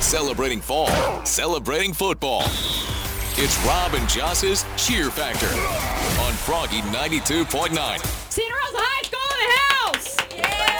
Celebrating fall, celebrating football. It's Rob and Joss's Cheer Factor on Froggy 92.9. Senior Rosa High School in the house!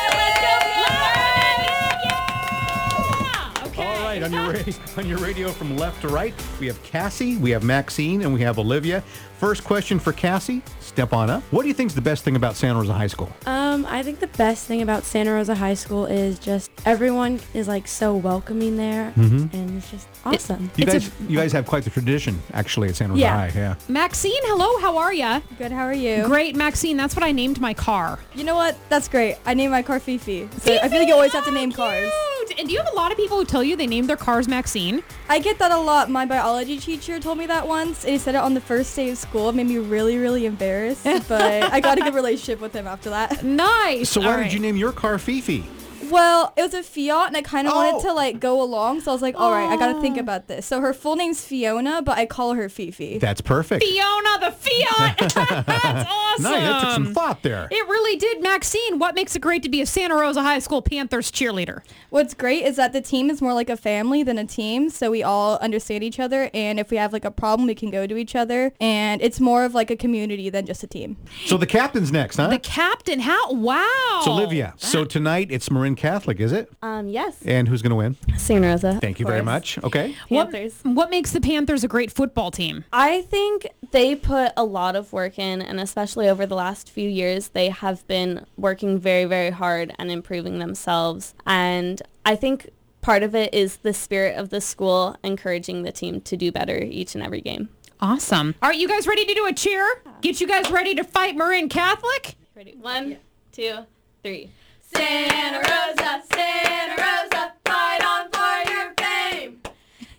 Yeah! Okay. All right, on your ra- on your radio from left to right, we have Cassie, we have Maxine, and we have Olivia. First question for Cassie, step on up. What do you think is the best thing about Santa Rosa High School? Uh, Um, I think the best thing about Santa Rosa High School is just everyone is like so welcoming there, and it's just awesome. You It's a- guys, you guys have quite the tradition, actually, at Santa Rosa Yeah. High. Yeah. Maxine, hello, how are ya? Good. How are you? Great, Maxine. That's what I named my car. You know what? That's great. I named my car Fifi. So I feel Fifi, like you always have to how name cars. cute! And do you have a lot of people who tell you they name their cars Maxine? I get that a lot. My biology teacher told me that once, and he said it on the first day of school. It made me really, really embarrassed. But I got a good relationship with him after that. Nice. So why All did right. you name your car Fifi? Well, it was a Fiat, and I kind of Oh. wanted to like go along, so I was like, all right, I got to think about this. So her full name's Fiona, but I call her Fifi. That's perfect. Fiona the Fiat? That's awesome. Nice. That took some thought there. It really did, Maxine. What makes it great to be a Santa Rosa High School Panthers cheerleader? What's great is that the team is more like a family than a team, so we all understand each other. And if we have like a problem, we can go to each other. And it's more of like a community than just a team. So the captain's next, huh? The Oh. captain, how? Wow. it's Olivia. So tonight it's Marin Catholic, is it? Um, yes. And who's going to win? Santa Rosa. Thank you very much. Okay. What, Panthers. what makes the Panthers a great football team? I think they put a lot of work in, and especially over the last few years, they have been working very, very hard and improving themselves. And I think part of it is the spirit of the school encouraging the team to do better each and every game. Awesome. All right, you guys ready to do a cheer? Get you guys ready to fight Marin Catholic? Ready? One, two, three. Santa Rosa, Santa Rosa, fight on for your fame.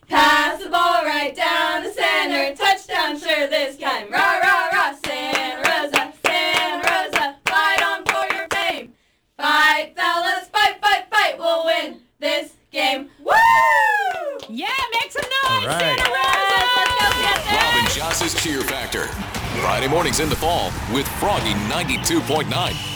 Pass the ball right down the center, touchdown sure this time. Rah, rah, rah, Santa Rosa, Santa Rosa, fight on for your fame. Fight, fellas, fight, fight, fight, we'll win this game. Woo! Yeah, make some noise, All right. Santa Rosa. Rob and Joss's Cheer Factor. Friday mornings in the fall with Froggy 92.9.